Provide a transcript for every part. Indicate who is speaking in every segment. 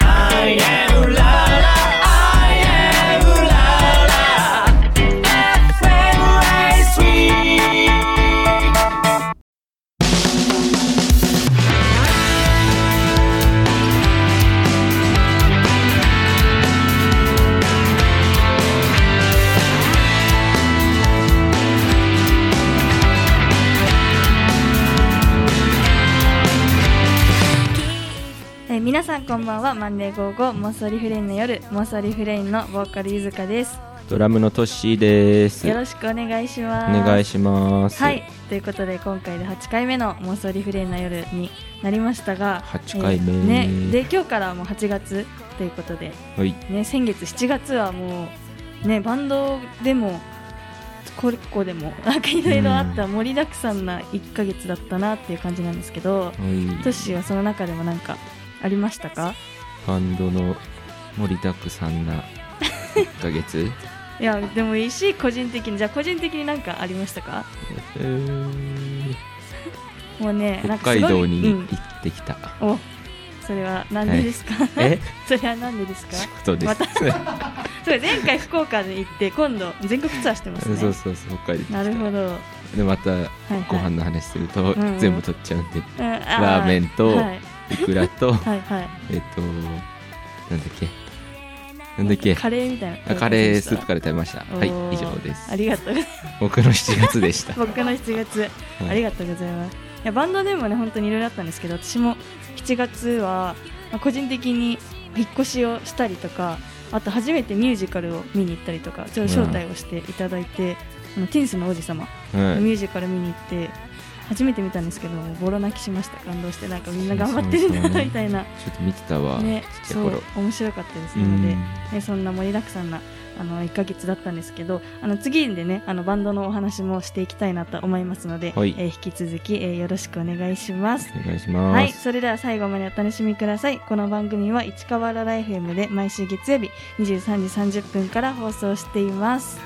Speaker 1: I am la la, I am la la. FM ライスウィーク
Speaker 2: えー皆さんこんばんはマンデーゴーゴー妄想リフレインの夜妄想リフレインのボーカルゆずかです
Speaker 3: ドラムのトッシーです。
Speaker 2: よろしくお願いしま
Speaker 3: お
Speaker 2: す
Speaker 3: 願いします。
Speaker 2: はい。ということで今回で8回目の妄想リフレインの夜になりましたが
Speaker 3: 8回目
Speaker 2: えーねで今日からもう8月ということで
Speaker 3: はい。
Speaker 2: ね先月7月はもうねバンドでもこれここでもなんかいろいろあった盛りだくさんな1ヶ月だったなっていう感じなんですけど、
Speaker 3: はい
Speaker 2: トッシーはその中でもなんかありましたか
Speaker 3: バンドの盛りだくさんな1ヶ月。
Speaker 2: いやでもいいし個人的にじゃあ個人的になんかありましたか
Speaker 3: えー
Speaker 2: もうねな
Speaker 3: 北
Speaker 2: んかす
Speaker 3: 海
Speaker 2: ごい
Speaker 3: 道に
Speaker 2: う
Speaker 3: 行
Speaker 2: ん
Speaker 3: って きた。
Speaker 2: おそれはなんでですか、
Speaker 3: え
Speaker 2: それはなんでですか
Speaker 3: 仕事で。
Speaker 2: ます たそう前回福岡に行って今度全国ツアーしてますね
Speaker 3: そうそうそう、北海道行ってきた。
Speaker 2: なるほど、うん、
Speaker 3: で、また
Speaker 2: はい
Speaker 3: ご飯の話すると
Speaker 2: うんうん
Speaker 3: 全部取っちゃうん で、
Speaker 2: ラ
Speaker 3: ラーメンと
Speaker 2: はい
Speaker 3: いくらと、
Speaker 2: はいはい
Speaker 3: えっと、なんだっけ。なんだっけ。
Speaker 2: カレーみたいな
Speaker 3: あカレースープカレー食べました。はい、
Speaker 2: おー
Speaker 3: 以上です
Speaker 2: あ。りがとうございます
Speaker 3: 僕の7月でした。
Speaker 2: 僕の7月、
Speaker 3: はい
Speaker 2: ありがとうございますいやバンドでもね本当にいろいろあったんですけど私も7月は、まあ個人的に引っ越しをしたりとかあと初めてミュージカルを見に行ったりとかちょっと招待をしていただいて、あのテニスの王子様
Speaker 3: は
Speaker 2: ミュージカル見に行って初めて見たんですけどボロ泣きしました感動してなんかみんな頑張ってる
Speaker 3: そうそうそ
Speaker 2: な
Speaker 3: う
Speaker 2: みたいな
Speaker 3: ちょっと見てたわ、
Speaker 2: ね
Speaker 3: ちっちゃ
Speaker 2: そ
Speaker 3: いう頃。
Speaker 2: 面白かったです
Speaker 3: う
Speaker 2: ので、
Speaker 3: ん
Speaker 2: ね、そんな盛りだくさんなあの1ヶ月だったんですけどあの次でねあのバンドのお話もしていきたいなと思いますので、
Speaker 3: はい
Speaker 2: えー引き続き、えーよろしくお願いします。
Speaker 3: お願いします。
Speaker 2: はい、それでは最後までお楽しみください。この番組は市川ララ FM で毎週月曜日23時30分から放送しています。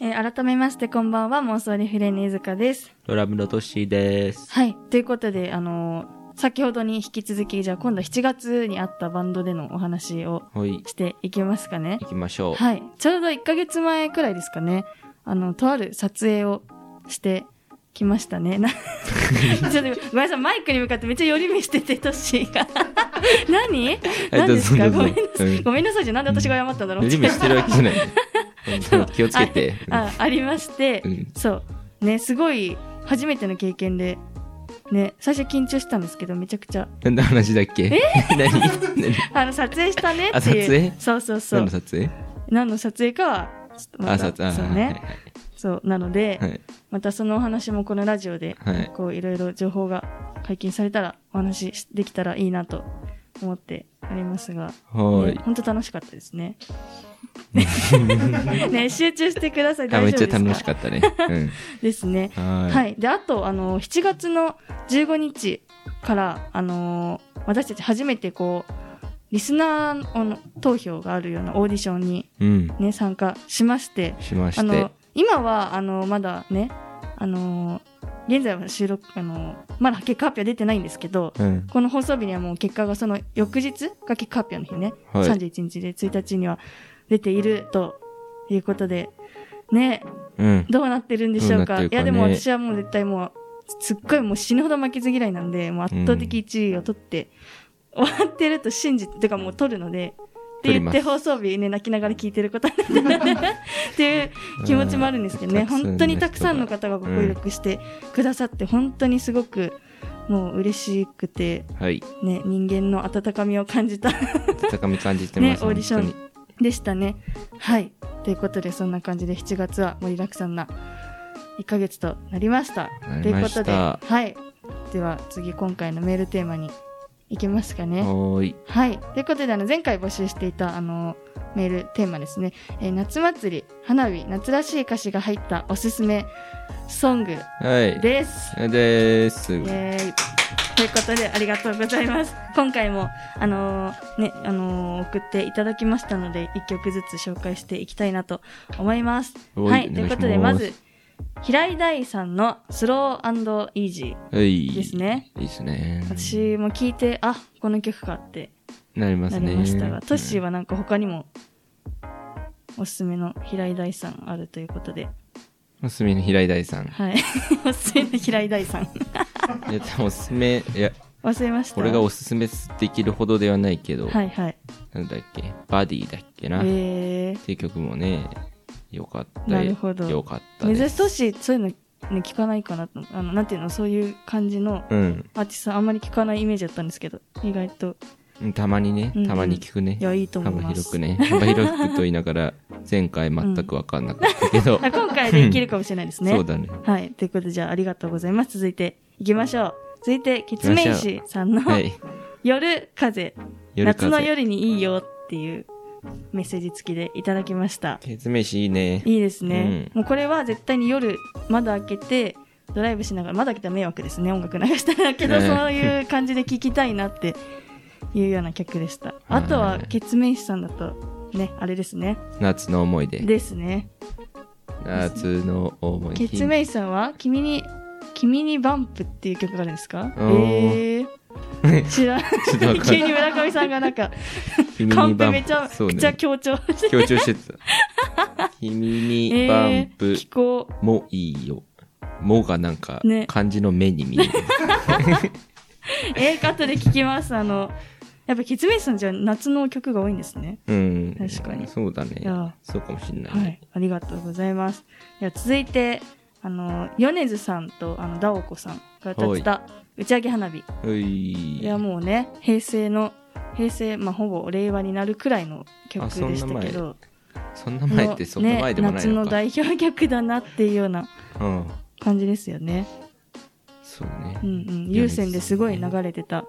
Speaker 2: えー改めましてこんばんは妄想リフレインのゆずかです。
Speaker 3: ドラムのトッシーです。
Speaker 2: はい。ということで、あのー先ほどに引き続き、じゃあ今度7月にあったバンドでのお話を
Speaker 3: はい。
Speaker 2: していきますかね
Speaker 3: 行。きましょう。
Speaker 2: はい。ちょうど1ヶ月前くらいですかね。あの、とある撮影をしてきました ね。なちょっとごめんなさい、マイクに向かってめっちゃ寄り目してて、トッシーが。 何何ですか
Speaker 3: ど
Speaker 2: ご
Speaker 3: うぞ
Speaker 2: めんなさ
Speaker 3: どう
Speaker 2: い。
Speaker 3: ぞ
Speaker 2: ごめんなさいじゃなんで私が謝ったんだろう。
Speaker 3: 準備してるわけじ ゃない。うん気をつけて。
Speaker 2: あありまして、
Speaker 3: うん
Speaker 2: そうねすごい初めての経験でね最初緊張したんですけどめちゃくちゃ
Speaker 3: 何の話だっけえ 何何
Speaker 2: あの撮影したね
Speaker 3: あ
Speaker 2: っていう
Speaker 3: 撮影
Speaker 2: そうそうそう
Speaker 3: 何の撮影
Speaker 2: 何の撮影かはちょっとま
Speaker 3: あ、
Speaker 2: た
Speaker 3: 撮影。あ
Speaker 2: そう
Speaker 3: はい
Speaker 2: ねそうなので、
Speaker 3: はい。
Speaker 2: またそのお話もこのラジオで、
Speaker 3: はい
Speaker 2: こういろいろ情報が解禁されたらお話しできたらいいなと思っておりますが
Speaker 3: は
Speaker 2: ね
Speaker 3: い。
Speaker 2: 本当楽しかったです ねね集中してください
Speaker 3: あ、
Speaker 2: 大
Speaker 3: めっ
Speaker 2: 丈
Speaker 3: ち
Speaker 2: 夫
Speaker 3: ゃ
Speaker 2: ですか
Speaker 3: 楽しかったね。
Speaker 2: ですね
Speaker 3: うん。は。
Speaker 2: はいい、であとあの7月の15日から、あのー私たち初めてこうリスナーの投票があるようなオーディションに、
Speaker 3: うん。
Speaker 2: ね、参加しまして
Speaker 3: しま
Speaker 2: あ
Speaker 3: して
Speaker 2: の。今はあのまだね、あのー現在は収録、あのーまだ結果発表出てないんですけど
Speaker 3: うん。
Speaker 2: この放送日にはもう結果がその翌日が結果発表の日ね、
Speaker 3: はい
Speaker 2: 31日で1日には出ているということで、ね、
Speaker 3: うん。
Speaker 2: どうなってるんでしょうか。
Speaker 3: どうなっ
Speaker 2: い
Speaker 3: てるかね
Speaker 2: や、でも私はもう絶対もう、すっごいもう死ぬほど負けず嫌いなんで、もう圧倒的1位を取って、終わってると信じて、てかもう取るので、って
Speaker 3: 取
Speaker 2: 言
Speaker 3: り
Speaker 2: っ
Speaker 3: ま
Speaker 2: て
Speaker 3: す
Speaker 2: 放送日ね、泣きながら聞いてることになってっていう気持ちもあるんですけどね、
Speaker 3: うんたくさんの
Speaker 2: 本当にたくさんの方がご協力してくださって、本当にすごく、もう嬉しくて、
Speaker 3: はい。
Speaker 2: ね、人間の温かみを感じた
Speaker 3: 高み感じてま
Speaker 2: ね、
Speaker 3: す。
Speaker 2: オーディショ
Speaker 3: 本
Speaker 2: ンでしたね。はい。ということで、そんな感じで7月は盛りだくさんな1ヶ月となりました。
Speaker 3: な
Speaker 2: という
Speaker 3: りま
Speaker 2: こ
Speaker 3: し
Speaker 2: と
Speaker 3: た
Speaker 2: で、はい。では次、今回のメールテーマに行きますか
Speaker 3: 当に
Speaker 2: ね。
Speaker 3: はーい。
Speaker 2: はい。ということで、あの、前回募集していた、あの、メールテーマですね。えー夏祭り、花火、夏らしい歌詞が入ったおすすめソング
Speaker 3: はい。
Speaker 2: です。
Speaker 3: でーす。
Speaker 2: イェーイということでありがとうございます今回もあのーねあのー送っていただきましたので一曲ずつ紹介していきたいなと思います
Speaker 3: おい
Speaker 2: はい
Speaker 3: お
Speaker 2: とい
Speaker 3: 願いうします
Speaker 2: ことでまず平井大さんのスローイージー
Speaker 3: はい。
Speaker 2: ですね。
Speaker 3: いいですね。
Speaker 2: 私も聞いてあこの曲かって
Speaker 3: なり
Speaker 2: な
Speaker 3: ます
Speaker 2: り
Speaker 3: ね。
Speaker 2: ましたが、トッシー
Speaker 3: は。
Speaker 2: はなんか他にもおすすめの平井大さんあるということで
Speaker 3: おすすめの平井大さん。
Speaker 2: はい おすすめの平井大さん
Speaker 3: いや、多分おすすめ、いや、
Speaker 2: 忘れました
Speaker 3: これがおすすめできるほどではないけど、
Speaker 2: はいはい
Speaker 3: なんだっけ、バディだっけな。っ
Speaker 2: え
Speaker 3: ていう曲もね、よかった。
Speaker 2: なるほど
Speaker 3: よかった
Speaker 2: ー、
Speaker 3: です。
Speaker 2: 珍しいトッシーそういうの、ね、聞かないかなとあのなんていうのそういう感じの
Speaker 3: うん。
Speaker 2: アーティストあんまり聞かないイメージだったんですけど意外と
Speaker 3: うんたまにね
Speaker 2: うんうん、
Speaker 3: たまに聞くね。
Speaker 2: いやいいと思います
Speaker 3: 幅広くね。幅広くと言いながら、前回全く分かんなかったけど、
Speaker 2: あ今回でいけるかもしれないですね
Speaker 3: そうだね。
Speaker 2: はい。ということで、じゃあ、ありがとうございます。続いて、行きましょう。続いて、ケツメイシさんの、
Speaker 3: はい。
Speaker 2: 夜風
Speaker 3: 夜
Speaker 2: 夏の
Speaker 3: 風。
Speaker 2: 夜にいいよっていうメッセージ付きでいただきました。
Speaker 3: ケツメイシいいね。
Speaker 2: いいですね。
Speaker 3: う
Speaker 2: もうこれは絶対に夜、窓開けて、ドライブしながら、窓開けたら迷惑ですね。音楽流したら。けど、
Speaker 3: ね
Speaker 2: そういう感じで聴きたいなっていうような曲でした。あとは、ケツメイシさんだと、ね、あれですね。
Speaker 3: 夏の思い出。
Speaker 2: ですね。
Speaker 3: 夏の思い出。
Speaker 2: ケツメイシさんは「君に君にバンプ」っていう曲があるんですか
Speaker 3: おー
Speaker 2: えー、知らん
Speaker 3: ちょっとわかんない
Speaker 2: 急に村上さんがなんか
Speaker 3: 君
Speaker 2: カ
Speaker 3: に
Speaker 2: ンペ
Speaker 3: バン
Speaker 2: めちゃ
Speaker 3: そう
Speaker 2: くちゃ
Speaker 3: ね。
Speaker 2: 強調して
Speaker 3: 強調してた。 君にバン
Speaker 2: え
Speaker 3: プ
Speaker 2: ー、聞こ
Speaker 3: もいいよ。もがなんか
Speaker 2: ね、
Speaker 3: 漢字の目 に見える。
Speaker 2: うえー、後で聞きますあのやっぱケツメイシさんじゃ夏の曲が多いんですね
Speaker 3: うん。
Speaker 2: 確かに
Speaker 3: そうだ
Speaker 2: い
Speaker 3: ね
Speaker 2: や。
Speaker 3: そうかもしんない。
Speaker 2: はいありがとうございますでは続いてあの米津さんとあのダオコさんが歌ってた「打ち上げ花火」
Speaker 3: うい。
Speaker 2: いやもうね平成の平成まあほぼ令和になるくらいの曲
Speaker 3: あ
Speaker 2: で
Speaker 3: そんな
Speaker 2: したけど
Speaker 3: そんな前ってそんな前でもない
Speaker 2: ね、夏
Speaker 3: の
Speaker 2: の
Speaker 3: か。
Speaker 2: 代表曲だなっていうような
Speaker 3: うん。
Speaker 2: 感じですよね
Speaker 3: そうね
Speaker 2: うん。うん有線ですごい流れてた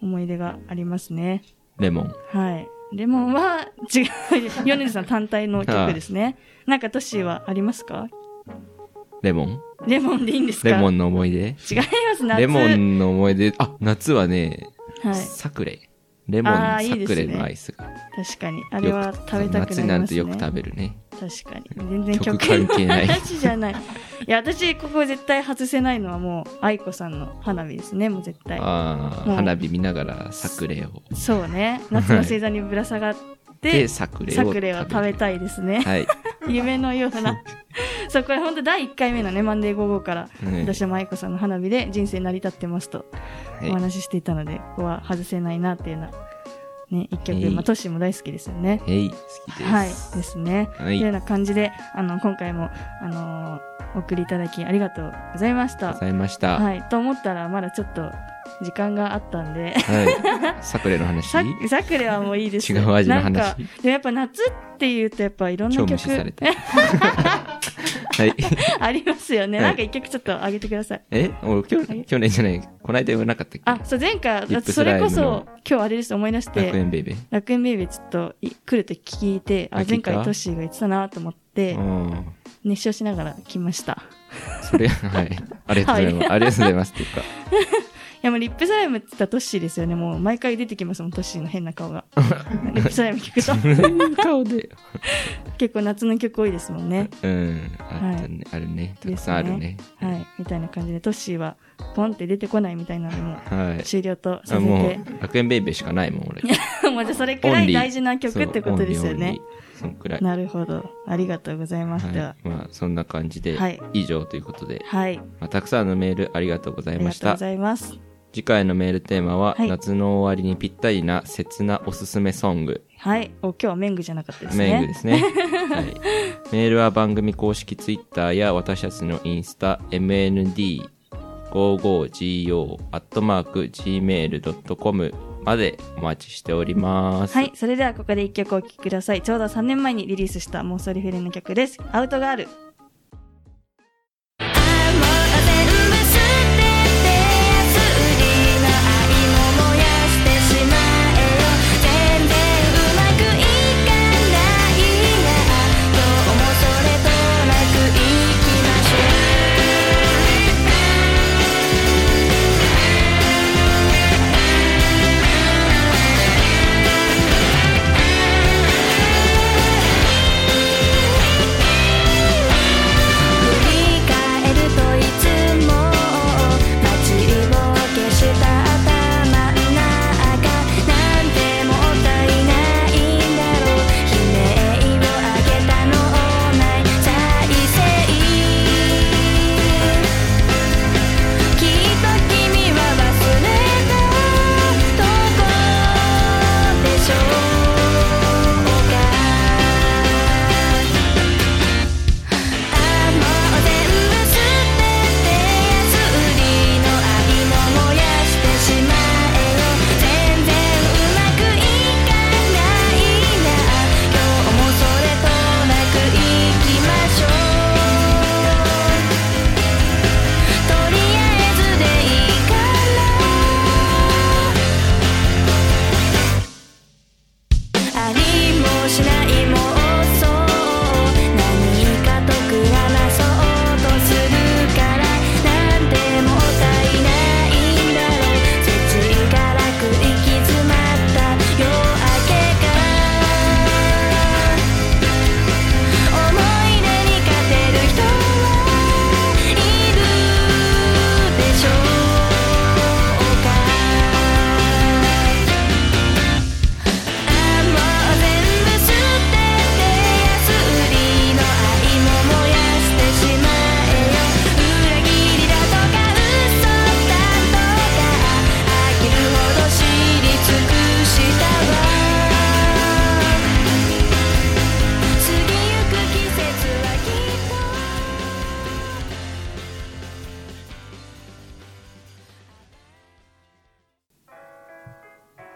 Speaker 2: 思い出がありますね
Speaker 3: レモン。
Speaker 2: はいレモンは違う米津さん単体の曲ですねなんかトシはありますか
Speaker 3: レモン
Speaker 2: レモンでいいんですか
Speaker 3: レモ
Speaker 2: 違い
Speaker 3: ンの思い出
Speaker 2: ます夏
Speaker 3: レモンの思い出。あ、夏はね、
Speaker 2: はい
Speaker 3: サクレ。レモン
Speaker 2: あ
Speaker 3: サ
Speaker 2: ーいいです
Speaker 3: ク
Speaker 2: ね
Speaker 3: レのアイスが。
Speaker 2: 確かにあ
Speaker 3: あ
Speaker 2: れは食べたくなりますね
Speaker 3: 夏なんてよく食べるね。
Speaker 2: 確かに全然曲
Speaker 3: 曲関係ない
Speaker 2: の話じゃないいや私ここ絶対外せないのはもう愛子さんの花火ですねもう絶対
Speaker 3: あ
Speaker 2: も
Speaker 3: あ、
Speaker 2: う
Speaker 3: 花火見ながらサクレを。
Speaker 2: そうね夏の星座にぶら下がっ
Speaker 3: で、
Speaker 2: て
Speaker 3: サクレを。
Speaker 2: サクレを食べたいですね、
Speaker 3: はい。
Speaker 2: 夢のような そうこれ本当第1回目のね「マンデー5号」から
Speaker 3: うん
Speaker 2: 私は愛子さんの花火で人生成り立ってますとお
Speaker 3: は
Speaker 2: 話ししていたのでここは外せないなっていうようなね一曲、
Speaker 3: えい
Speaker 2: まあ、トッシーも大好きですよね
Speaker 3: い。へい、好きです。
Speaker 2: はい、ですね。
Speaker 3: はい
Speaker 2: というような感じで、あの、今回も、あのーお送りいただきありがとうございまし
Speaker 3: ご
Speaker 2: た。
Speaker 3: ざいました。は
Speaker 2: はい、と思ったら、まだちょっと、時間があったんで、
Speaker 3: い。サクレの話
Speaker 2: さ、さくれはもういいです
Speaker 3: 違う味の話
Speaker 2: なんか、でもやっぱ夏っていうと、やっぱいろんな
Speaker 3: 超
Speaker 2: 曲
Speaker 3: 無視された。 はい。
Speaker 2: ありますよね。
Speaker 3: はい
Speaker 2: なんか一曲ちょっと上げてください。
Speaker 3: え俺去年、去年じゃない、こないだ言わなかったっ
Speaker 2: あ、そう、前回、
Speaker 3: リップ
Speaker 2: そ
Speaker 3: スラ
Speaker 2: れ
Speaker 3: イム
Speaker 2: こ
Speaker 3: の
Speaker 2: そ、今日あれです、思い出し
Speaker 3: け楽
Speaker 2: て、
Speaker 3: 園ベイベ
Speaker 2: 楽園ベイビーちょっとい来ると聞いて、あ
Speaker 3: あ、聞
Speaker 2: 前
Speaker 3: いた
Speaker 2: 回トッシーが言ってたなと思っ
Speaker 3: ー。
Speaker 2: て、
Speaker 3: うん。
Speaker 2: 熱唱しながら来ました。
Speaker 3: それ、はい。ありがとうございます。ありがとうございます。っていうか。
Speaker 2: いやもうリップスライムって言ったらトッシーですよね。もう毎回出てきますもん、トッシーの変な 顔が。リップスライム聞くと。
Speaker 3: 顔で。
Speaker 2: 結構夏の曲多いですもんね。
Speaker 3: うん。あったね。あるね。たくさんあるね。
Speaker 2: はい。みたいな感じで、トッシーはポンって出てこないみたいなのも
Speaker 3: はい。
Speaker 2: 終了とさ
Speaker 3: あ
Speaker 2: せ
Speaker 3: も
Speaker 2: て。
Speaker 3: う、楽園ベイベーしかないもん、俺。
Speaker 2: もうじゃあそれく
Speaker 3: オ
Speaker 2: ら
Speaker 3: ン
Speaker 2: い
Speaker 3: リー
Speaker 2: 大事な曲ってことですよね。。
Speaker 3: そうオンリーオンリーそんくらい。
Speaker 2: なるほど。ありがとうございま
Speaker 3: は
Speaker 2: し
Speaker 3: い
Speaker 2: た。
Speaker 3: まあ、そんな感じで
Speaker 2: はい、
Speaker 3: 以上ということで、
Speaker 2: はい。
Speaker 3: まあ、たくさんのメールありがとうござ
Speaker 2: あ
Speaker 3: い
Speaker 2: り
Speaker 3: ま
Speaker 2: が
Speaker 3: し
Speaker 2: とうご
Speaker 3: た。
Speaker 2: ざいます。
Speaker 3: 次回のメールテーマは、
Speaker 2: はい
Speaker 3: 夏の終わりにぴったりな切なおすすめソング、
Speaker 2: はい。お、今日はメングじゃなかったですね。
Speaker 3: メングですね、はい、メールは番組公式ツイッターや私たちのインスタ MND55GO.gmail.com までお待ちしております
Speaker 2: はい、それではここで一曲お聴きください。ちょうど3年前にリリースした妄想リフレインの曲です。アウトガール。
Speaker 1: 「ああもう全部捨てて」「次の愛ももう燃やしてしまえよ」「全然うまくいかないな今日もそれとなくいきましょう」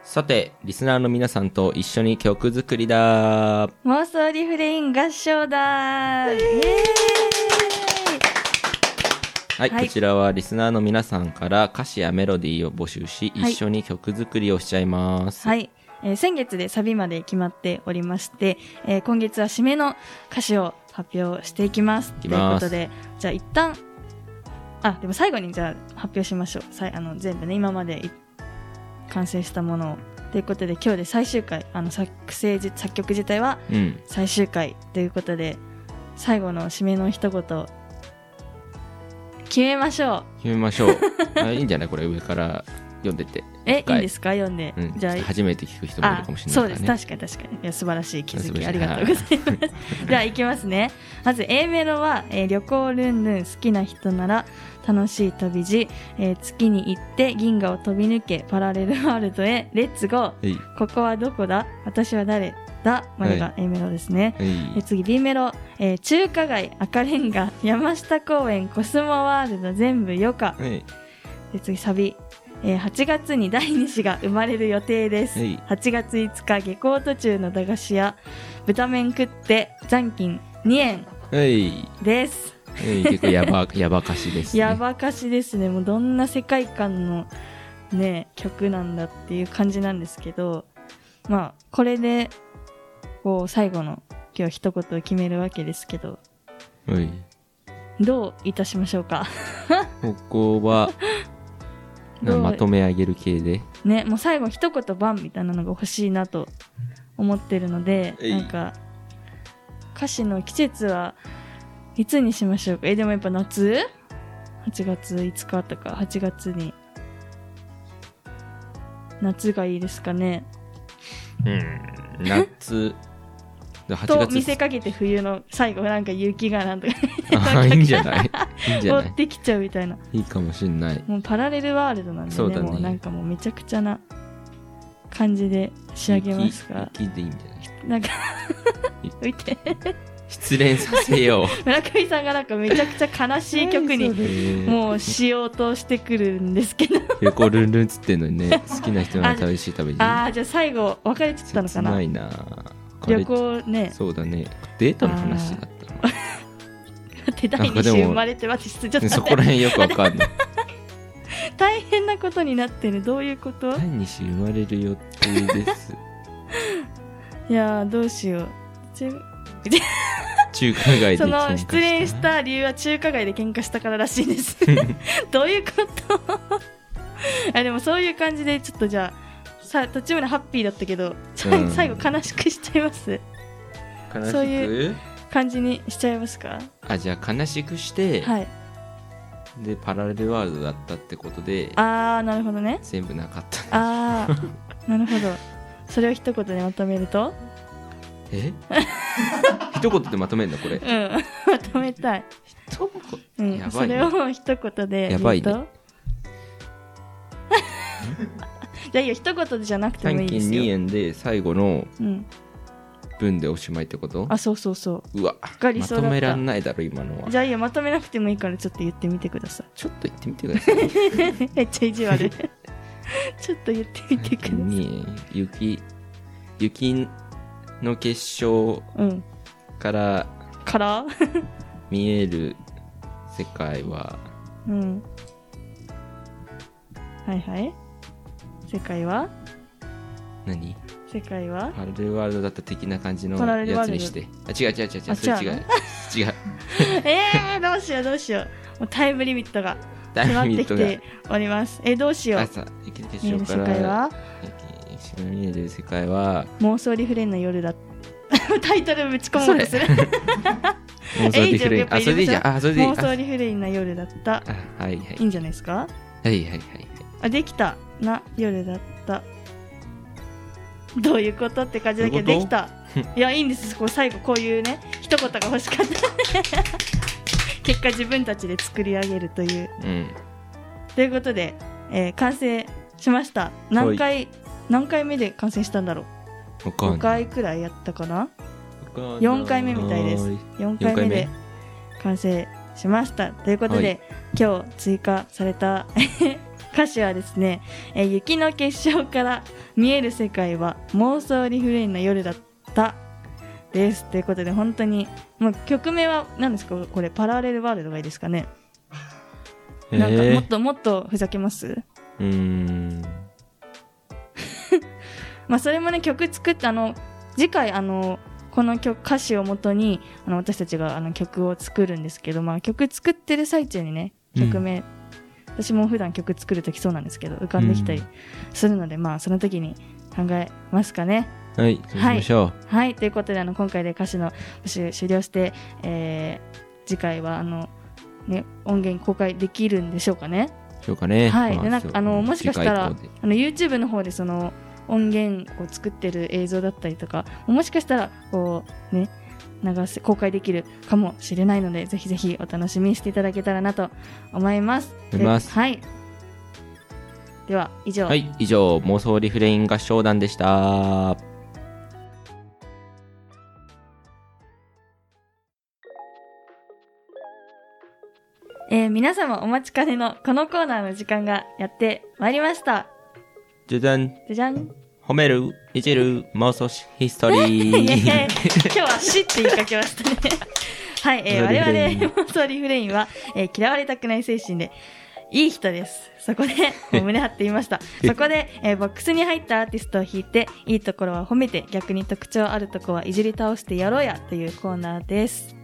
Speaker 3: さて、リスナーの皆さんと一緒に曲作りだ
Speaker 2: 妄想リフレイン合唱だイエー
Speaker 3: はい、
Speaker 2: はい
Speaker 3: こちらはリスナーの皆さんから歌詞やメロディーを募集し、
Speaker 2: はい
Speaker 3: 一緒に曲作りをしちゃいます。
Speaker 2: はい、えー先月でサビまで決まっておりまして、えー今月は締めの歌詞を発表していきます
Speaker 3: いきます
Speaker 2: ということでじゃあ一旦あでも最後にじゃあ発表しましょうさいあの全部ね今までい完成したものをということで今日で最終回あの作成じ作曲自体は
Speaker 3: うん。
Speaker 2: 最終回ということで最後の締めの一言決めましょう
Speaker 3: 決めまし ょう。あいいんじゃないこれ上から読んでて。
Speaker 2: え、
Speaker 3: はい
Speaker 2: いいんですか読んで、
Speaker 3: うん。
Speaker 2: じゃあ
Speaker 3: ちょっと初めて聞く人もいる
Speaker 2: あ
Speaker 3: かもしれ
Speaker 2: そ
Speaker 3: な
Speaker 2: う
Speaker 3: いか
Speaker 2: で
Speaker 3: ら
Speaker 2: す
Speaker 3: ね。
Speaker 2: 確かに確かにいや素晴らしい気づ
Speaker 3: 素
Speaker 2: き
Speaker 3: 晴らしい
Speaker 2: ありがとうございます では行きますねまず A メロは、えー旅行ルンルン好きな人なら楽しい旅路、えー月に行って銀河を飛び抜けパラレルワールドへレッツゴー
Speaker 3: はい。
Speaker 2: ここはどこだ私は誰だまでが A メロですね、
Speaker 3: はい
Speaker 2: で次 B メロ、えー中華街赤レンガ山下公園コスモワールド全部よか
Speaker 3: はい。
Speaker 2: で次サビ、えー8月に第2子が生まれる予定です
Speaker 3: はい
Speaker 2: 8月5日下校途中の駄菓子屋豚麺食って残金2円
Speaker 3: はい。
Speaker 2: です
Speaker 3: はい結構やば、やば歌詞です、ね。
Speaker 2: やばかしですねもうどんな世界観のね曲なんだっていう感じなんですけどまあこれでこう最後の今日一言を決めるわけですけど
Speaker 3: はい。
Speaker 2: どういたしましょうか
Speaker 3: ここは、な
Speaker 2: どう
Speaker 3: まとめ上げる系で。
Speaker 2: ねもう最後一言バンみたいなのが欲しいなと思ってるので
Speaker 3: えい
Speaker 2: なんか歌詞の季節はいつにしましょうかえでもやっぱ夏 ?8 月5日とか8月に夏がいいですかね
Speaker 3: うん。夏。で8
Speaker 2: と
Speaker 3: 月
Speaker 2: 見せかけて冬の最後なんか雪がなんとか
Speaker 3: あいいんじゃないいいんじゃ
Speaker 2: 追
Speaker 3: ない
Speaker 2: ってきちゃうみたいない
Speaker 3: いかもしんない。
Speaker 2: もうパラレルワールドなんで
Speaker 3: そ
Speaker 2: ね
Speaker 3: うだね
Speaker 2: もうなんかもうめちゃくちゃな感じで仕上げますから
Speaker 3: 雪雪でいいんじゃない
Speaker 2: なんか
Speaker 3: 雪
Speaker 2: 浮いて
Speaker 3: 失恋さ せよ
Speaker 2: 村上さんがなんかめちゃくちゃ悲しい曲
Speaker 3: う。
Speaker 2: に
Speaker 3: もう。
Speaker 2: もうしようとしてくるんですけど
Speaker 3: 旅行ルンルンっつってんのにね、 好きな人なら楽しい旅に。
Speaker 2: ああじゃあ最後別れちゃったのか
Speaker 3: 切
Speaker 2: な
Speaker 3: ないな
Speaker 2: 旅行ね
Speaker 3: そうだね。デートの話だったの
Speaker 2: 手第
Speaker 3: なんか
Speaker 2: 二子
Speaker 3: でも
Speaker 2: 生まれて私ちょっと
Speaker 3: ね。
Speaker 2: 待
Speaker 3: そ
Speaker 2: っ
Speaker 3: こら
Speaker 2: て
Speaker 3: 辺よくわか んない。
Speaker 2: 大変なことになってるどういうこと
Speaker 3: 第二子生まれる予定 です。
Speaker 2: いやーどうしようちゅ
Speaker 3: 中華街で
Speaker 2: そ
Speaker 3: 喧嘩
Speaker 2: の
Speaker 3: し
Speaker 2: 失
Speaker 3: た。
Speaker 2: 恋した理由は中華街で喧嘩したかららしいです どういうこと あでもそういう感じでちょっとじゃあさ途中までハッピーだったけど、さ
Speaker 3: うん
Speaker 2: 最後悲しくしちゃいます
Speaker 3: 悲しく
Speaker 2: そうい感じにしちゃいますか
Speaker 3: あ、じゃあ悲しくして、
Speaker 2: はい
Speaker 3: で、パラレルワールドだったってことで、
Speaker 2: あーなるほどね
Speaker 3: 全部なかった。
Speaker 2: ああ なるほどそれを一言でまとめると
Speaker 3: え一言でまとめんのこれ
Speaker 2: う。ん まとめたい、
Speaker 3: 一
Speaker 2: う
Speaker 3: 言。や
Speaker 2: ん、
Speaker 3: ば
Speaker 2: そ
Speaker 3: い
Speaker 2: れ
Speaker 3: ね。
Speaker 2: を一言で言
Speaker 3: や
Speaker 2: うと
Speaker 3: ばいね
Speaker 2: じゃあいいよ一言じゃなくてもい
Speaker 3: 単
Speaker 2: いで
Speaker 3: 金
Speaker 2: す
Speaker 3: 2
Speaker 2: よ、
Speaker 3: 円で最後の
Speaker 2: うん、
Speaker 3: 分でおしまいってこと
Speaker 2: あそうそうそう
Speaker 3: わ
Speaker 2: が理
Speaker 3: ま
Speaker 2: 想だった
Speaker 3: とめらんないだろ今のは
Speaker 2: うじゃあいいよまとめなくてもいいからちょっと言ってみてください
Speaker 3: ちょっと言ってみてください
Speaker 2: めっちゃ意地悪ちょっと言ってみてください、
Speaker 3: に雪 雪の結晶
Speaker 2: うん、
Speaker 3: から
Speaker 2: から
Speaker 3: 見える世界は
Speaker 2: うんはいはい世界は
Speaker 3: 何
Speaker 2: 世界は
Speaker 3: パラレルワールドだった的な感じの
Speaker 2: パラレル
Speaker 3: や
Speaker 2: ワー
Speaker 3: つ
Speaker 2: ルド
Speaker 3: にしてあ違う違う違う違うそれ
Speaker 2: あ
Speaker 3: 違う違 う
Speaker 2: えー、どうしようどうしようもうタイムリミットが迫
Speaker 3: ダ
Speaker 2: っ
Speaker 3: イミ
Speaker 2: て
Speaker 3: ッ
Speaker 2: き
Speaker 3: ト
Speaker 2: ておりますえどうしよ
Speaker 3: が
Speaker 2: う
Speaker 3: 朝雪の結
Speaker 2: 見え
Speaker 3: 晶
Speaker 2: る
Speaker 3: か
Speaker 2: 世界
Speaker 3: ら
Speaker 2: は
Speaker 3: 雪雪が見える世界は
Speaker 2: 妄想リフレインの夜だ タイトルぶち込もうとする
Speaker 3: 妄想リフレイ
Speaker 2: えいいじゃんやっ
Speaker 3: ン
Speaker 2: ぱ
Speaker 3: あそれでいいじゃんあそれでいい
Speaker 2: 妄想リフレインな夜だった
Speaker 3: ああはいはい
Speaker 2: いいんじゃないですか
Speaker 3: はいはいはい
Speaker 2: あできたな夜だったどういうことって感じだけど
Speaker 3: どう
Speaker 2: で
Speaker 3: いう
Speaker 2: き
Speaker 3: こ
Speaker 2: た いやいいんですこう最後こういうね一言が欲しかった 結果自分たちで作り上げるという
Speaker 3: うん
Speaker 2: ということで、えー完成しました何回何回目で完成したんだろう
Speaker 3: わかん
Speaker 2: 5
Speaker 3: ない
Speaker 2: 回くらいやったかな
Speaker 3: 4
Speaker 2: 4回目みたいです4回目で完成しましたということで、今日追加された 歌詞はですね、えー雪の結晶から見える世界は妄想リフレインの夜だったですということで本当にもう曲名は何ですかこれパラレルワールドがいいですかね、なんかもっともっとふざけます
Speaker 3: うーん。
Speaker 2: まあそれもね曲作ってあの次回あのこの曲歌詞をもとにあの私たちがあの曲を作るんですけど、まあ、曲作ってる最中にね
Speaker 3: うん
Speaker 2: 曲名、私も普段曲作る時そうなんですけど浮かんできたりするので、まあその時に考えますかね。
Speaker 3: はい、そうしましょう。
Speaker 2: はいということであの今回で歌詞の募集終了して、えー次回はあの、ね、音源公開できるんでしょうかね。
Speaker 3: しようかね。
Speaker 2: はい、
Speaker 3: ま
Speaker 2: でなんかあのもしかしたら
Speaker 3: 次回以降で
Speaker 2: あの YouTube の方でその音源を作ってる映像だったりとかもしかしたらこうね流せ公開できるかもしれないのでぜひぜひお楽しみにしていただけたらなと思います。
Speaker 3: 思います
Speaker 2: ではい。では以上、
Speaker 3: はい、以上、妄想リフレイン合唱団でした。
Speaker 2: えー皆様お待ちかねのこのコーナーの時間がやってまいりました。
Speaker 3: じゃじゃん、
Speaker 2: じゃじゃん。
Speaker 3: 褒める、いじる、妄想しヒストリ
Speaker 2: いやいや
Speaker 3: ー。
Speaker 2: 今日は死って言いかけましたね。はい、 えー、
Speaker 3: 妄想リフレイ
Speaker 2: 我
Speaker 3: ン
Speaker 2: 々、妄想リフレインは、えー嫌われたくない精神で、いい人です。そ こで、もう胸張って言いました。そこで、えーボックスに入ったアーティストを弾いて、いいところは褒めて、逆に特徴あるとこはいじり倒してやろうや、というコーナーです。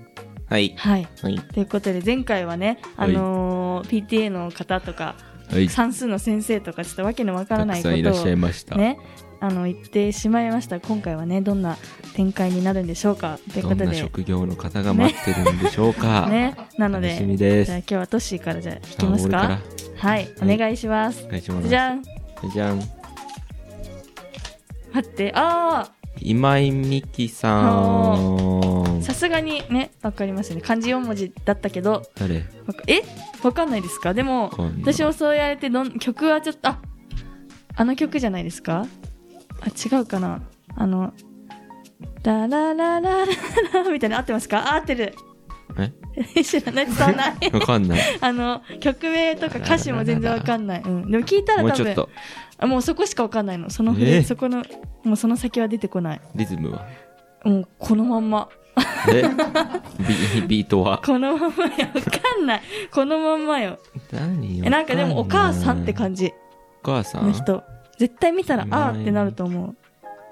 Speaker 3: はい。
Speaker 2: はい。
Speaker 3: はい。
Speaker 2: ということで、前回はね、あのー PTA の方とか、
Speaker 3: はい。
Speaker 2: 算数の先生とか、ちょっとわけのわから
Speaker 3: た
Speaker 2: な
Speaker 3: く
Speaker 2: いこ
Speaker 3: さ
Speaker 2: とを
Speaker 3: んいらっしゃいました。
Speaker 2: ね、あの言ってしまいました今回はねどんな展開になるんでしょうかという
Speaker 3: ど
Speaker 2: こ
Speaker 3: ん
Speaker 2: と
Speaker 3: な
Speaker 2: で
Speaker 3: 職業の方が待ってるんでしょうか。
Speaker 2: ねなの
Speaker 3: 楽し
Speaker 2: で
Speaker 3: みで
Speaker 2: じゃあ
Speaker 3: す。
Speaker 2: 今日はトッシーからじゃあ
Speaker 3: い
Speaker 2: 引きますかはいお
Speaker 3: はい
Speaker 2: 願いします、
Speaker 3: お願いします。
Speaker 2: じゃん
Speaker 3: じゃん。
Speaker 2: 待ってあ
Speaker 3: 今井美樹さん
Speaker 2: あ。さすがにねわかりますよね漢字4文字だったけど
Speaker 3: 誰
Speaker 2: わかえわかんないですかでも
Speaker 3: わかんない
Speaker 2: 私もそうやれてどん曲はちょっとああの曲じゃないですかあ違うかなあのララララララみたいな合ってますかあ合ってる
Speaker 3: え
Speaker 2: 知らない伝わんない
Speaker 3: わかんない。
Speaker 2: あの曲名とか歌詞も全然わかんない、うん、でも聞いたら
Speaker 3: もう
Speaker 2: 多
Speaker 3: ちょっ
Speaker 2: 分
Speaker 3: と。
Speaker 2: あもうそこしかわかんないのそのフレーズ
Speaker 3: え
Speaker 2: そこのもうその先は出てこない
Speaker 3: リズムは。
Speaker 2: もうこのまんま
Speaker 3: えビビートは。
Speaker 2: このまんまよわかんないこのまんまよ
Speaker 3: 何
Speaker 2: えなんかでもお母さんって
Speaker 3: じ。
Speaker 2: 感じ
Speaker 3: お母さ
Speaker 2: の
Speaker 3: ん
Speaker 2: 人絶対見たら
Speaker 3: うまい
Speaker 2: あーってなると思う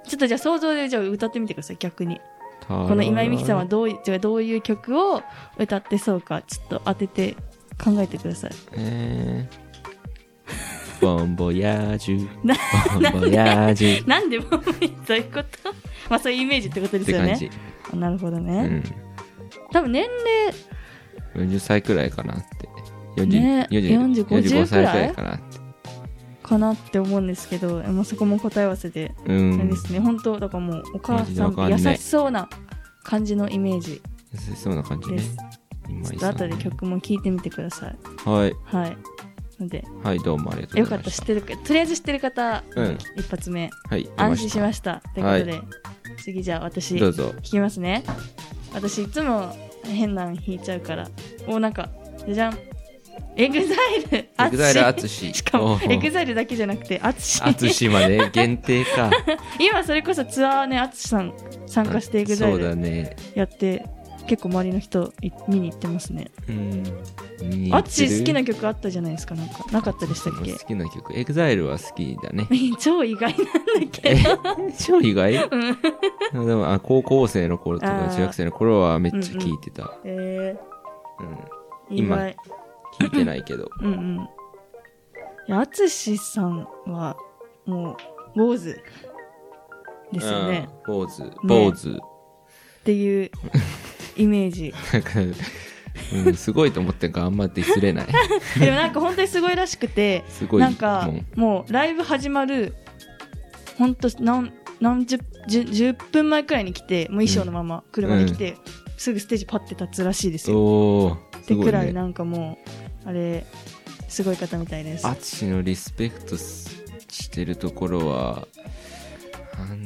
Speaker 2: ちょっとじゃあ想像でじゃあ歌ってみてください逆にこの今井美樹さんは。どういじゃあどういう曲を歌ってそうかちょっと当てて考えてください
Speaker 3: えーボンボヤージュ。
Speaker 2: な
Speaker 3: ボンボヤージュ。っ
Speaker 2: なんでもいいという こと まあそういうイメージってことです
Speaker 3: て
Speaker 2: よ
Speaker 3: 感
Speaker 2: ね
Speaker 3: じ。
Speaker 2: なるほど
Speaker 3: う
Speaker 2: ね、
Speaker 3: ん。
Speaker 2: 多分年齢
Speaker 3: 40歳くらいかなって。
Speaker 2: ね
Speaker 3: 40
Speaker 2: 40
Speaker 3: 40 45歳
Speaker 2: くらい
Speaker 3: くらいかなって。
Speaker 2: かなって思うんですけどもうそこも答え合わせで、
Speaker 3: う
Speaker 2: あれ
Speaker 3: ん
Speaker 2: で。すね本当だからもうお母
Speaker 3: マジで
Speaker 2: さん
Speaker 3: わ
Speaker 2: って
Speaker 3: かんない
Speaker 2: 優しそうな感じのイメージ
Speaker 3: 優しそうな感じ
Speaker 2: で
Speaker 3: ね
Speaker 2: す、。
Speaker 3: 今
Speaker 2: ちょ
Speaker 3: 井
Speaker 2: っと
Speaker 3: さんね
Speaker 2: 後で曲も聴いてみてください
Speaker 3: はい。
Speaker 2: はいので
Speaker 3: はい、どうもありがとう
Speaker 2: よ
Speaker 3: ご
Speaker 2: か
Speaker 3: ざい
Speaker 2: っ
Speaker 3: ま
Speaker 2: た知
Speaker 3: し
Speaker 2: ってるかとりあえず知ってる方、
Speaker 3: うん
Speaker 2: 一発目
Speaker 3: た。はい、
Speaker 2: 安心しま
Speaker 3: し
Speaker 2: したということで、次じゃあ私
Speaker 3: どうぞ。
Speaker 2: 弾きますね私いつも変なの弾いちゃうからおなんかじゃじゃんエグザイル
Speaker 3: エグザイル淳
Speaker 2: しかも
Speaker 3: おー
Speaker 2: エグザイルだけじゃなくて 淳
Speaker 3: あつしまで限定か。
Speaker 2: 今それこそツアーね淳さん参加してエグザ
Speaker 3: そ
Speaker 2: イ
Speaker 3: うだ
Speaker 2: ル
Speaker 3: ね。
Speaker 2: やって、結構周りの人い見に行ってますね
Speaker 3: うん。
Speaker 2: 淳好きな曲あったじゃないですかなんかなかったでしたっけ
Speaker 3: 好きな曲。エグザイルは好きだ ね。
Speaker 2: 超意外なんだけ
Speaker 3: え
Speaker 2: ど、
Speaker 3: 超意外でもあ高校生の頃と
Speaker 2: あ
Speaker 3: か
Speaker 2: ー
Speaker 3: 中学生の頃はめっちゃ聴いてた。
Speaker 2: え
Speaker 3: うん。
Speaker 2: ー、意外
Speaker 3: 聴、いてないけど。
Speaker 2: うんうんいや淳さんはもう坊主ですよね、
Speaker 3: うん。坊主。坊主。
Speaker 2: っていうイメー ジ
Speaker 3: なんか、うん、すごいと思ってんからあんまディスれ ない。
Speaker 2: でもなんか本当にすごいらしくて
Speaker 3: すごい。
Speaker 2: なんか
Speaker 3: もう
Speaker 2: もうライブ始まるほんと何何十十十分前くらいに来てもう衣装のまま車で来て、すぐステージパッて立つらしいですよ
Speaker 3: おー
Speaker 2: っ
Speaker 3: す
Speaker 2: て
Speaker 3: ごい
Speaker 2: くら
Speaker 3: ね
Speaker 2: いなんかもうあれすごい方みたいです
Speaker 3: 淳のリスペクトすしてるところは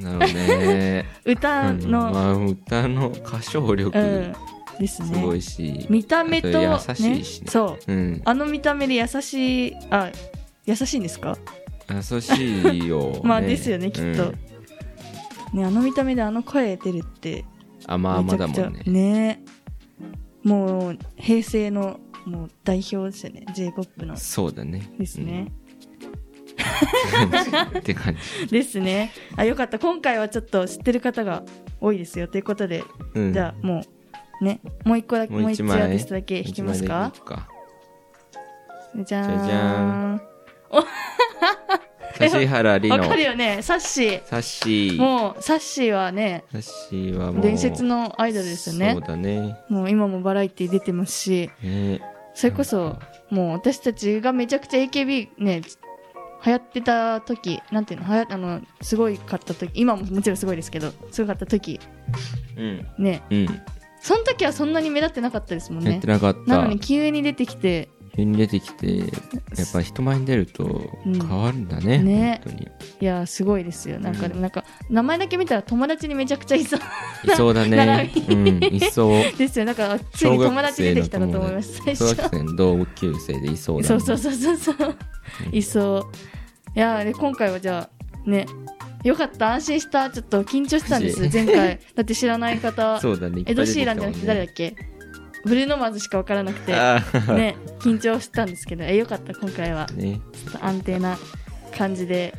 Speaker 3: なんだろ うね
Speaker 2: 歌
Speaker 3: うん
Speaker 2: の、
Speaker 3: まあ、歌の歌唱力
Speaker 2: うん、です
Speaker 3: す
Speaker 2: ね
Speaker 3: ごいし、
Speaker 2: 見た目と
Speaker 3: あと優しいしね
Speaker 2: ね、そう
Speaker 3: うん
Speaker 2: あの見た目で優しいあ優しいんですか
Speaker 3: 優しいよ、
Speaker 2: まあですよねきっと
Speaker 3: うん
Speaker 2: ねあの見た目であの声出るって
Speaker 3: 甘々だもんね
Speaker 2: ねもう平成のもう代表ですよね j p o p の
Speaker 3: そうだね
Speaker 2: ですね、、
Speaker 3: うん って感じ、
Speaker 2: ですねあよかった今回はちょっと知ってる方が多いですよということで、
Speaker 3: うん、
Speaker 2: じゃあもうねもう一個だけもう一アーティストだけ弾きますか
Speaker 3: 一枚だ
Speaker 2: じゃ
Speaker 3: じゃ
Speaker 2: ー
Speaker 3: じゃー
Speaker 2: ん
Speaker 3: け行くか指原莉
Speaker 2: わかる
Speaker 3: 乃
Speaker 2: よねサッシー
Speaker 3: サッシー
Speaker 2: もうサッシーはね
Speaker 3: サッシーはもう
Speaker 2: 伝説のアイドルですよね
Speaker 3: そうだね
Speaker 2: もう今もバラエティ出てますし
Speaker 3: ね
Speaker 2: それこそもう私たちがめちゃくちゃ AKB ね流行ってた時なんていうの流行あのすごいかった時今ももちろんすごいですけどすごかった時
Speaker 3: うん
Speaker 2: ね
Speaker 3: うん、
Speaker 2: その時はそんなに目立ってなかったですもん
Speaker 3: やっ
Speaker 2: ね
Speaker 3: てなかった
Speaker 2: なのに急に出てきて
Speaker 3: 急に出てきてやっぱ人前に出ると
Speaker 2: うん
Speaker 3: 変わるんだね,、
Speaker 2: ね
Speaker 3: 本当に
Speaker 2: いやすごいですよなん
Speaker 3: う
Speaker 2: か
Speaker 3: ん
Speaker 2: でもなんか名前だけ見たら友達にめちゃくちゃいそう
Speaker 3: いそうだね
Speaker 2: 並、
Speaker 3: う
Speaker 2: び
Speaker 3: ん、いそう
Speaker 2: ですよなんか ついに友達出てきたかと思いま
Speaker 3: 小
Speaker 2: す最
Speaker 3: 学生
Speaker 2: 初
Speaker 3: の小学生の同級生でいそうだ、ね、
Speaker 2: そうそうそうそうそう
Speaker 3: うん
Speaker 2: いそういやーで今回はじゃあねよかった安心したちょっと緊張してたんです
Speaker 3: マジ
Speaker 2: 前回だって知らない方
Speaker 3: そうだねいっぱ
Speaker 2: エ
Speaker 3: い出
Speaker 2: ド・
Speaker 3: て
Speaker 2: シ
Speaker 3: き
Speaker 2: ー
Speaker 3: た
Speaker 2: ラ
Speaker 3: も
Speaker 2: ン
Speaker 3: ん
Speaker 2: じ
Speaker 3: ね
Speaker 2: ゃなくて誰だっけブルーノマーズしか分からなくて
Speaker 3: あー
Speaker 2: ね緊張してたんですけどえよかった今回は
Speaker 3: ね
Speaker 2: ちょっと安定な感じで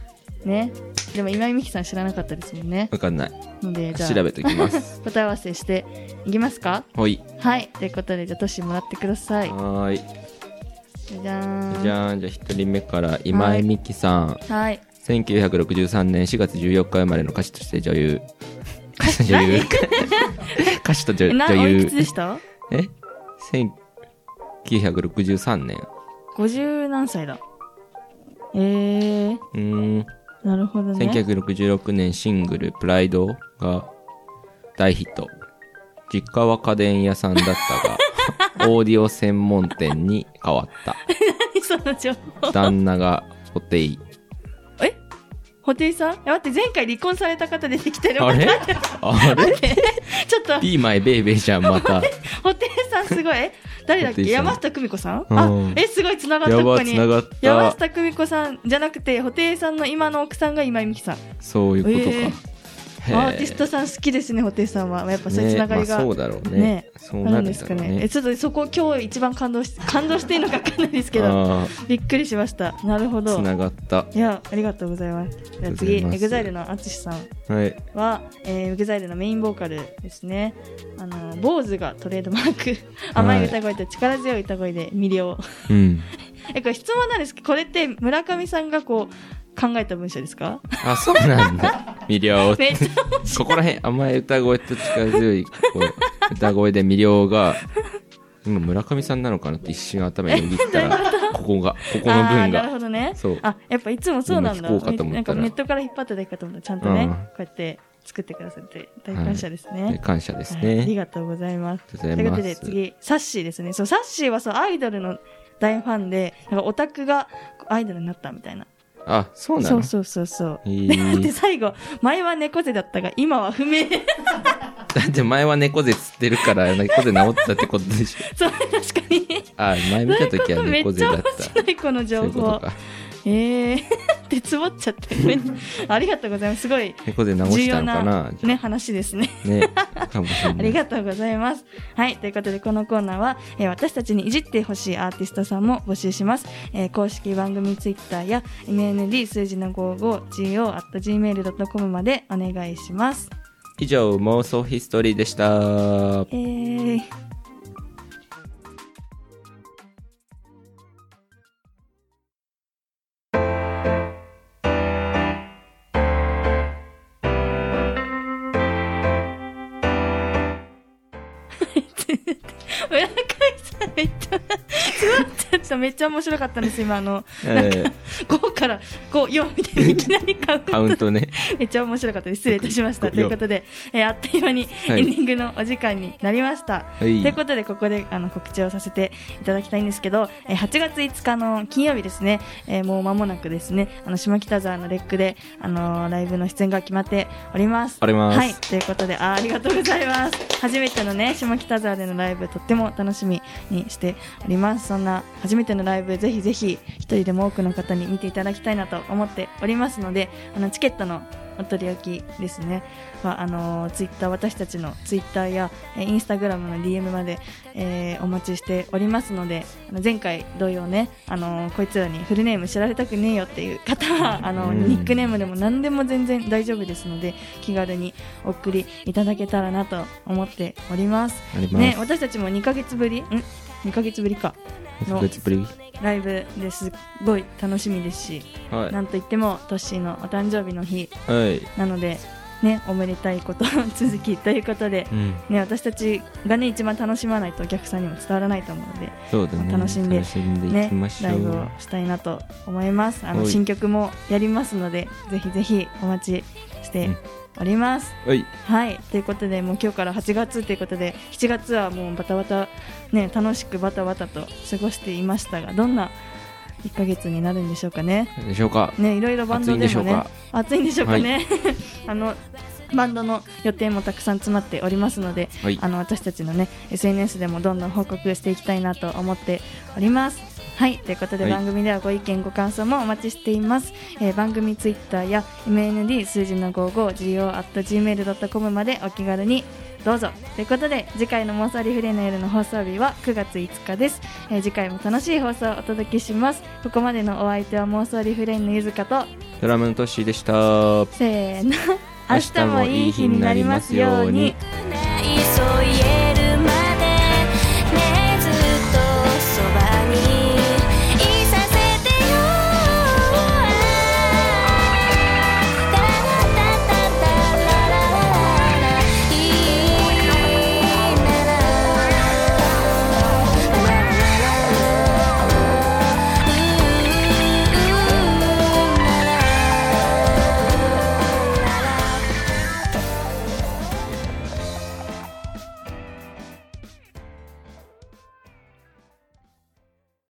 Speaker 2: ねでも今井美樹さん知らなかったですもんね
Speaker 3: わかんない
Speaker 2: のでじゃあ
Speaker 3: 調べときます
Speaker 2: 答え合わせしていきますか
Speaker 3: ほい
Speaker 2: はいということでじゃあトシもらってください
Speaker 3: はーい
Speaker 2: じゃじゃーん
Speaker 3: じゃあじゃあ一人目から今井美樹さん
Speaker 2: はい
Speaker 3: 1963年4月14日生まれの歌手として女優歌手と 女優歌手と
Speaker 2: え
Speaker 3: 女
Speaker 2: な
Speaker 3: 女
Speaker 2: おい
Speaker 3: 優
Speaker 2: くつでした
Speaker 3: え1963年
Speaker 2: 50何歳だえー、
Speaker 3: うーん
Speaker 2: なるほどね
Speaker 3: 1966年シングル「プライドが大ヒット実家は家電屋さんだった がオーディオ専門店に変わっ
Speaker 2: 何その情
Speaker 3: た
Speaker 2: 報
Speaker 3: 旦那がホテイ
Speaker 2: えホテイさんえ待って前回離婚された方出てきてる
Speaker 3: あれあれ
Speaker 2: ちょっと
Speaker 3: ?Be my baby じゃんま た
Speaker 2: ホテイさんすごいえ誰だっけ
Speaker 3: ホテイさん
Speaker 2: 山下久美子さん、
Speaker 3: うん
Speaker 2: あえすごいつながったこ
Speaker 3: や
Speaker 2: こ
Speaker 3: ば
Speaker 2: に
Speaker 3: つながっ
Speaker 2: 山
Speaker 3: た
Speaker 2: 下久美子さんじゃなくてホテイさんの今の奥さんが今井美樹さん
Speaker 3: そういうことか、
Speaker 2: え
Speaker 3: へ
Speaker 2: アーティストさん好きですねホテイさんはまあやっぱそういうつながり
Speaker 3: ねま
Speaker 2: が、
Speaker 3: あそうだろうね
Speaker 2: ね
Speaker 3: そう
Speaker 2: あ
Speaker 3: な
Speaker 2: る
Speaker 3: る
Speaker 2: ん
Speaker 3: ん
Speaker 2: で
Speaker 3: ですす
Speaker 2: か
Speaker 3: か
Speaker 2: ね
Speaker 3: ね
Speaker 2: えちょっとそこ今日一番感動し感動していいのか分かんないですけど
Speaker 3: あ
Speaker 2: びっくりしましたなるほ
Speaker 3: ー
Speaker 2: ど
Speaker 3: つながった
Speaker 2: いやありがとうございますじゃあ
Speaker 3: あ
Speaker 2: 次
Speaker 3: りがとうござい
Speaker 2: EXILE の淳さん
Speaker 3: はい
Speaker 2: は、えー、EXILE のメインボーカルですねあの坊主がトレードマーク 甘い歌声と力強い歌声で魅了
Speaker 3: うん
Speaker 2: えこれ質問なんですけどこれって村上さんがこう考えた文章ですか
Speaker 3: あそうなんだ魅了
Speaker 2: めっちゃ
Speaker 3: ここら辺甘い歌声と力強いこう歌声で魅了が今村上さんなのかなって一瞬頭によぎっ たらここがここの
Speaker 2: あー
Speaker 3: 文
Speaker 2: なる
Speaker 3: が
Speaker 2: ほどね
Speaker 3: そう
Speaker 2: あやっぱいつもそうなんだ
Speaker 3: 今聞こうかと思ったら
Speaker 2: なんかネットから引っ張っただけかと思ったらちゃんとね、
Speaker 3: うん
Speaker 2: こうやって作ってくださって大感謝ですね、
Speaker 3: ね感謝です
Speaker 2: はいあり
Speaker 3: ね
Speaker 2: がとうございます
Speaker 3: ありがとうござ
Speaker 2: というこ
Speaker 3: います
Speaker 2: とで次サッシーですねそうサッシーはそうアイドルの大ファンでなんかオタクがアイドルになったみたいな
Speaker 3: あそうな
Speaker 2: そ
Speaker 3: の
Speaker 2: うそうそうそう
Speaker 3: え
Speaker 2: で
Speaker 3: ー
Speaker 2: 最後前は猫背だったが今は不明
Speaker 3: だって前は猫背つってるから猫背治ったってことでしょ
Speaker 2: そう確かに
Speaker 3: あ前見た時は
Speaker 2: めっ
Speaker 3: 猫
Speaker 2: ち
Speaker 3: 背
Speaker 2: ゃ
Speaker 3: だ
Speaker 2: 面
Speaker 3: った
Speaker 2: 白いこの
Speaker 3: そうい
Speaker 2: 情
Speaker 3: うこと
Speaker 2: 報
Speaker 3: か
Speaker 2: ええー、 でつぼっちゃってごめんありがとうございますすごい
Speaker 3: 猫背直
Speaker 2: 重
Speaker 3: した
Speaker 2: 要
Speaker 3: のか
Speaker 2: な
Speaker 3: な
Speaker 2: ね話ですね
Speaker 3: ねかもしれ
Speaker 2: あ
Speaker 3: な
Speaker 2: り
Speaker 3: い
Speaker 2: がとうございます。はい、ということでこのコーナーは、えー私たちにいじってほしいアーティストさんも募集します。えー公式番組ツイッターや MND 数字の 55go.gmail.com までお願いします。
Speaker 3: 以上妄想ヒストリー でした
Speaker 2: えー、村上さんめっちゃ、すごいちょっとめっちゃ面白かったんです、今あの、
Speaker 3: えー
Speaker 2: 豪から54みたいにいきなりカウント
Speaker 3: カウン トね。
Speaker 2: めっちゃ面白かったです。失礼いたしまし
Speaker 3: い
Speaker 2: た。
Speaker 3: や
Speaker 2: ということで、えーあっという間にエン
Speaker 3: い
Speaker 2: ディングのお時間になりました。
Speaker 3: は
Speaker 2: という
Speaker 3: い。
Speaker 2: ことで、ここであの告知をさせていただきたいんですけど、えー8月5日の金曜日ですね、えーもう間もなくですね、あの、下北沢のレックで、あのーライブの出演が決まっております。
Speaker 3: あります
Speaker 2: はい。ということで、あーありがとうございます。初めてのね、下北沢でのライブ、とっても楽しみにしております。そんな初めてのライブ、ぜひぜひ、一人でも多くの方に見ていただきたいなと思っておりますので、あの、チケットのお取り置きですね。は、あのツイッター、Twitter 私たちのツイッターや、えー、インスタグラムの DM まで、えーお待ちしておりますので、あの前回同様ね、あのこいつらにフルネーム知られたくねえよっていう方は、あの
Speaker 3: うん
Speaker 2: ニックネームでも何でも全然大丈夫ですので、気軽にお送りいただけたらなと思っております。
Speaker 3: あります。
Speaker 2: ね、私たちも2ヶ月ぶりん ?2 ヶ月ぶりか。
Speaker 3: お疲れ様ぶり。
Speaker 2: ライブですごい楽しみですし、
Speaker 3: はい。
Speaker 2: なんといってもトッシーのお誕生日の日
Speaker 3: はい。
Speaker 2: なので、ね、おめでたいこと 続きということで、
Speaker 3: うん。
Speaker 2: ね、私たちがね一番楽しまないとお客さんにも伝わらないと思うので、
Speaker 3: そうだね。
Speaker 2: 楽しんで
Speaker 3: 楽しんでい
Speaker 2: ね
Speaker 3: きましょ
Speaker 2: ライブ
Speaker 3: う
Speaker 2: を。したいなと思いますあ
Speaker 3: は
Speaker 2: の
Speaker 3: い
Speaker 2: 新曲もやりますのでぜひぜひお待ちしております。
Speaker 3: はい。
Speaker 2: はいということでもう今日から8月ということで7月はもうバタバタ、ね、楽しくバタバタと過ごしていましたがどんな1ヶ月になるんでしょうかね。
Speaker 3: どうでしょうか。
Speaker 2: ね、いろいろバンドで
Speaker 3: 暑いんでし
Speaker 2: も
Speaker 3: ょう
Speaker 2: ね
Speaker 3: か、
Speaker 2: 暑いんでしょうかね。 あのバンドの予定もたくさん詰まっておりますので、
Speaker 3: はい
Speaker 2: あの私たちのね SNS でもどんどん報告していきたいなと思っております。はいということで
Speaker 3: はい
Speaker 2: 番組ではご意見ご感想もお待ちしています、えー番組ツイッターや MND 数字の 55go.gmail.com までお気軽にどうぞということで次回の「妄想リフレイの夜」の放送日は9月5日です、えー次回も楽しい放送をお届けしますここまでのお相手は妄想リフレインのゆずかと
Speaker 3: ドラムのトッシーでした。
Speaker 2: せーの明日もいい日になりますように
Speaker 1: 「